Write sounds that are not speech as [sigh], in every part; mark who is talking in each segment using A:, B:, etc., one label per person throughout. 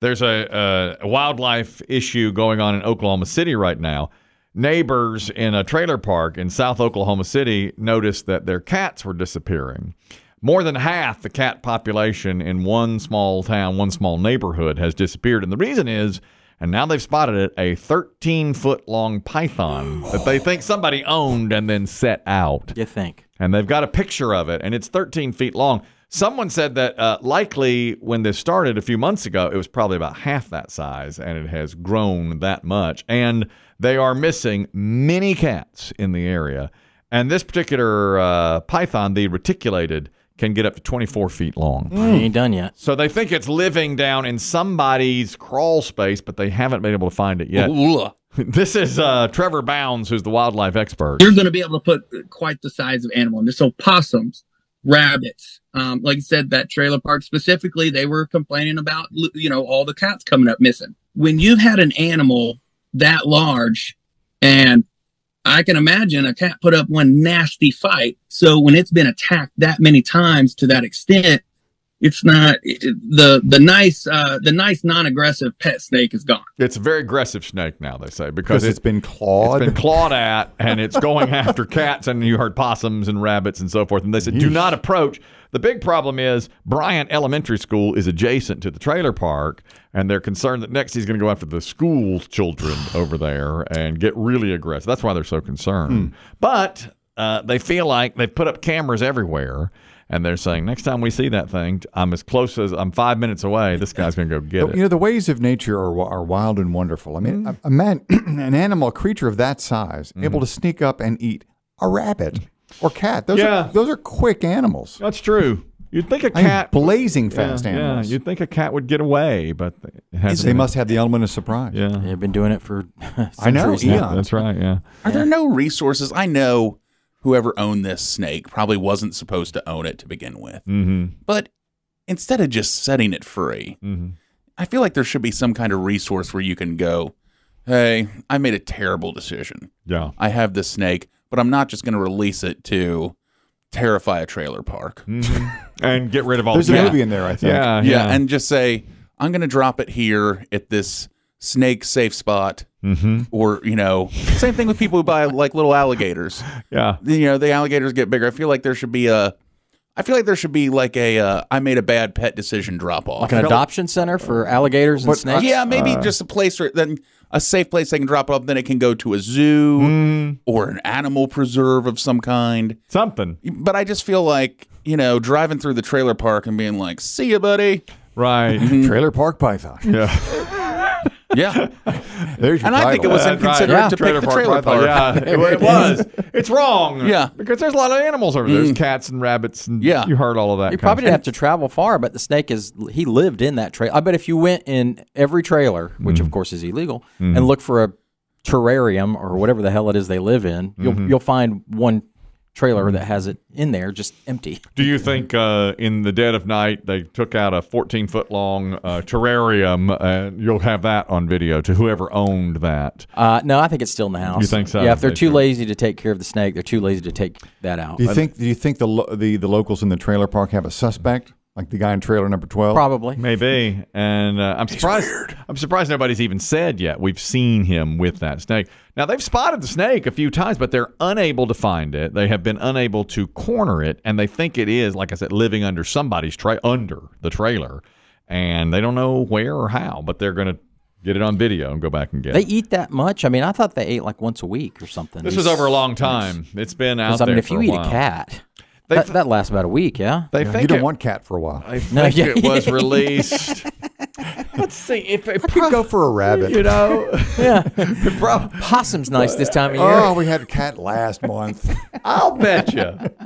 A: There's a, a wildlife issue going on in Oklahoma City right now. Neighbors in a trailer park in South Oklahoma City noticed that their cats were disappearing. More than half the cat population in one small town, one small neighborhood has disappeared. And the reason is, and now they've spotted it, a 13 foot long python that they think somebody owned and then set out.
B: You think?
A: And they've got a picture of it, and it's 13 feet long. Someone said that uh, likely when this started a few months ago, it was probably about half that size, and it has grown that much. And they are missing many cats in the area. And this particular uh, python, the reticulated, can get up to 24 feet long.
B: You ain't done yet.
A: So they think it's living down in somebody's crawl space, but they haven't been able to find it yet.
C: Ooh.
A: [laughs] this is uh, Trevor Bounds, who's the wildlife expert.
C: You're going to be able to put quite the size of animal in there. So possums, rabbits, um, like you said, that trailer park specifically, they were complaining about, you know, all the cats coming up missing. When you've had an animal that large and I can imagine a cat put up one nasty fight. So when it's been attacked that many times to that extent, it's not it- it- the the nice uh, the nice non-aggressive pet snake is gone.
A: It's a very aggressive snake now, they say, because
D: Because it's
A: it's,
D: been
A: it's
D: clawed.
A: been clawed at and it's going after cats. And you heard possums and rabbits and so forth. And they said, do not approach. The big problem is Bryant Elementary School is adjacent to the trailer park. And they're concerned that next he's going to go after the school
D: [sighs]
A: children over there and get really aggressive. That's why they're so
D: Hmm.
A: concerned. But uh, they feel like they've put up cameras everywhere. And they're saying, next time we see that thing, I'm as close as I'm five minutes away. This guy's going to go get it. Mm.
D: But, you know, the ways of nature are, wi- are wild and wonderful. I mean, a, a man, [clears throat] an animal, a creature of that size, able to sneak up and eat a rabbit or cat. Those,
A: Yeah.
D: are, those are quick animals.
A: That's true. You'd think a
D: I mean,
A: cat
D: blazing fast
A: yeah,
D: animals.
A: you'd think a cat would get away, but it hasn't.
D: they
A: been.
D: must have the element of surprise.
A: Yeah.
B: They've been doing it [laughs] for
D: I know,
B: centuries now.
D: yeah.
A: That's right. Yeah.
E: Are there no resources? I know whoever owned this snake probably wasn't supposed to own it to begin with.
A: Mm-hmm.
E: But instead of just setting it free,
A: Mm-hmm.
E: I feel like there should be some kind of resource where you can go, hey, I made a terrible decision.
A: Yeah.
E: I have this snake, but I'm not just going to release it to terrify a trailer park.
A: And get rid of all.
D: There's
A: the
D: a
A: cat.
D: movie in there, I think.
A: Mm, Yeah.
E: yeah, and just say, I'm going to drop it here at this snake safe spot.
A: mm-hmm.
E: Or, you know, same thing with people who buy like little alligators.
A: Yeah.
E: you know the alligators get bigger. I feel like there should be a, I feel like there should be like a uh, I made a bad pet decision drop off. Uh,
B: Like an adoption center for alligators and snakes.
E: yeah, maybe
A: Uh,
E: just a place where then a safe place they can drop off. Then it can go to a zoo
A: Hmm.
E: or an animal preserve of some kind.
A: Something.
E: But I just feel like you know driving through the trailer park and being like, "See ya, buddy."
A: Right.
D: Mm. Trailer Park Python.
A: yeah.
E: Yeah,
D: There's your
E: [laughs] and I think [laughs] it
D: title.
E: was
A: That's
E: inconsiderate
A: Uh, right.
E: to
A: Trailer
E: pick the
A: Park
E: trailer
A: Python.
E: park. [laughs]
A: Yeah, it, it was. It's wrong.
E: Yeah. Mm.
A: because there's a lot of animals over there. There's cats and rabbits. And
E: Yeah.
A: you heard all of that.
B: You
A: kind
B: probably
A: of
B: didn't have to travel far, but the snake is he lived in that trailer. I bet if you went in every trailer, which
D: Mm.
B: of course is illegal, and look for a terrarium or whatever the hell it is they live in, you'll
D: Mm-hmm.
B: you'll find one trailer that has it in there just empty.
A: Do you think uh, in the dead of night they took out a 14 foot long uh, terrarium? Uh, you'll have that on video to whoever owned that.
B: Uh, no, I think it's still in the house.
A: You think so?
B: Yeah, if they're
A: They
B: too
A: sure-
B: lazy to take care of the snake, they're too lazy to take that out.
D: Do you think? Do you think the, lo- the the locals in the trailer park have a suspect, like the guy in trailer number twelve?
B: Probably.
A: Maybe, and uh, I'm surprised. I'm surprised nobody's even said yet. We've seen him with that snake. Now they've spotted the snake a few times, but they're unable to find it. They have been unable to corner it, and they think it is, like I said, living under somebody's tra- under the trailer, and they don't know where or how. But they're going to get it on video and go back and get
B: They
A: it.
B: eat that much? I mean, I thought they ate like once a week or something.
A: This was over a long time. It's been out
B: Because, I
A: there
B: mean, if
A: for
B: you
A: a
B: eat
A: while.
B: a cat,
A: They
B: that,
A: th-
B: that lasts about a week, yeah?
A: They
D: You
A: think
D: don't
A: it,
D: want cat for a while.
A: I think
B: No, yeah.
A: it was
B: [laughs]
A: released. Let's see if it
D: Could go for
A: [laughs]
D: a rabbit.
A: you know. [laughs]
B: yeah. Possum's nice this time of year.
D: Oh, we had cat
A: [laughs]
D: last month.
A: I'll bet you. [laughs]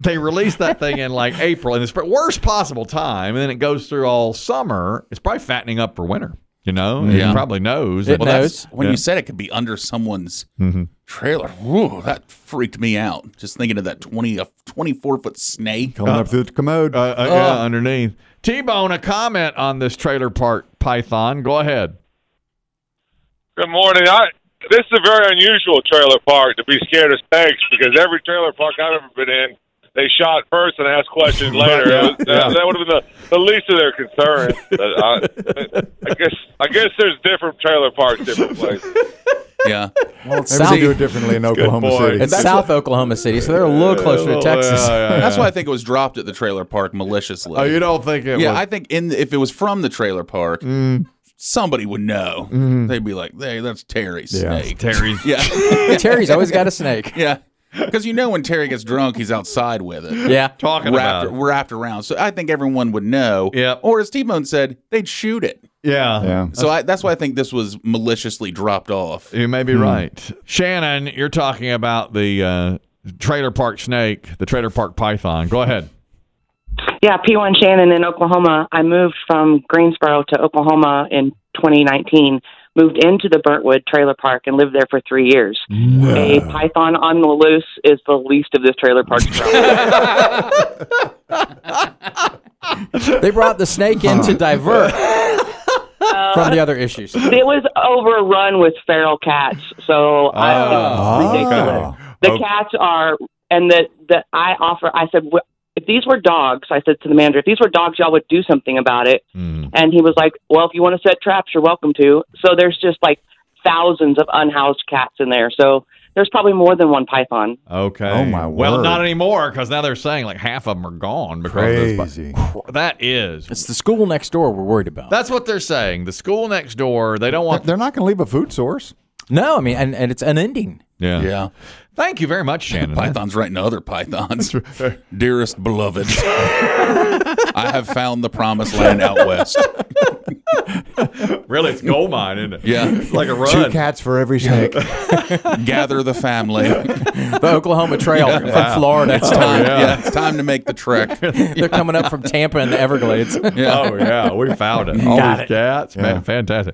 A: They released that thing in like April in the spring, worst possible time, and then it goes through all summer. It's probably fattening up for winter. You know,
E: Yeah.
A: it probably knows.
B: It
A: that-
E: Well,
B: Notes.
E: that's when you said it could be under someone's
A: Mm-hmm.
E: trailer. Whew, that freaked me out. Just thinking of that 20, a 24
A: [laughs]
E: foot snake.
D: Coming up through the commode.
A: uh, uh, yeah, underneath. T Bone, a comment on this trailer park python. Go ahead.
F: Good morning. I this is a very unusual trailer park to be scared of snakes because every trailer park I've ever been in, they shot first and asked
A: [laughs]
F: questions later.
A: Yeah,
F: That-
A: yeah.
F: That, would have been the, the least of their concern. But
A: [laughs]
F: I, I guess I guess there's different trailer parks, different places.
E: Yeah.
B: Well, it's
D: Maybe
B: south,
D: we do it differently in Oklahoma
A: boy.
D: City.
B: it's south Oklahoma City, so they're a little closer
A: Oh,
B: to Texas.
E: That's why I think it was dropped at the trailer park maliciously.
A: Oh, you don't think it
E: yeah,
A: was? Mm.
E: I think in if it was from the trailer park, somebody would know.
A: Mm-hmm.
E: They'd be like, "Hey, that's Terry
D: Yeah.
E: Snake." [laughs]
A: Terry.
E: Yeah,
B: [laughs] Terry's always got a snake.
E: yeah, because you know when Terry gets drunk, he's outside with it.
B: Yeah.
A: Talking
E: We're
A: about
E: after,
A: it.
E: we're after rounds, so I think everyone would know.
A: Yep.
E: Or as T Bone said, they'd shoot it.
A: Yeah.
D: yeah.
E: So I, that's why I think this was maliciously dropped off.
A: You may be right. Shannon, you're talking about the uh, trailer park snake, the trailer park python. Go ahead.
G: Yeah, P1 Shannon in Oklahoma. I moved from Greensboro to Oklahoma in 2019. Moved into the Burntwood Trailer Park and lived there for three years. A python on the loose is the least of this trailer park's problems.
B: They brought the snake in to divert from the other issues.
G: it was overrun with feral cats, so I
A: Oh,
G: think it's ridiculous.
D: Oh.
G: The
A: Okay.
G: cats are, and that that I offer. I said, "Wh- if these were dogs, I said to the manager, if these were dogs, y'all would do something about it.
A: Mm.
G: And he was like, "Well, if you want to set traps, you're welcome to." So there's just like thousands of unhoused cats in there. So there's probably more than one python.
A: Okay.
D: Oh, my
A: Well,
D: word.
A: not anymore because now they're saying like half of them are gone because of this.
D: Crazy.
A: But That is.
B: It's the school next door we're worried about.
A: That's what they're saying. The school next door, they don't
D: [laughs]
A: want.
D: They're not going to leave a food source.
B: No, I mean, and, and it's unending.
A: Yeah.
E: Yeah.
A: Thank you very much, Shannon.
E: Pythons writing to other pythons. Dearest beloved, [laughs] I have found the promised land out west.
A: [laughs] really, it's gold mine, isn't it?
E: Yeah.
A: It's [laughs] like a
D: Two
A: run.
D: cats for every snake.
E: Gather the family.
B: The Oklahoma
A: [laughs]
B: Trail from Florida.
A: Oh,
B: It's time.
E: Time- yeah. it's time to make the trek.
B: They're coming up from Tampa and the Everglades.
D: [laughs]
E: Yeah.
A: Oh yeah, we found it. All these cats, man, fantastic.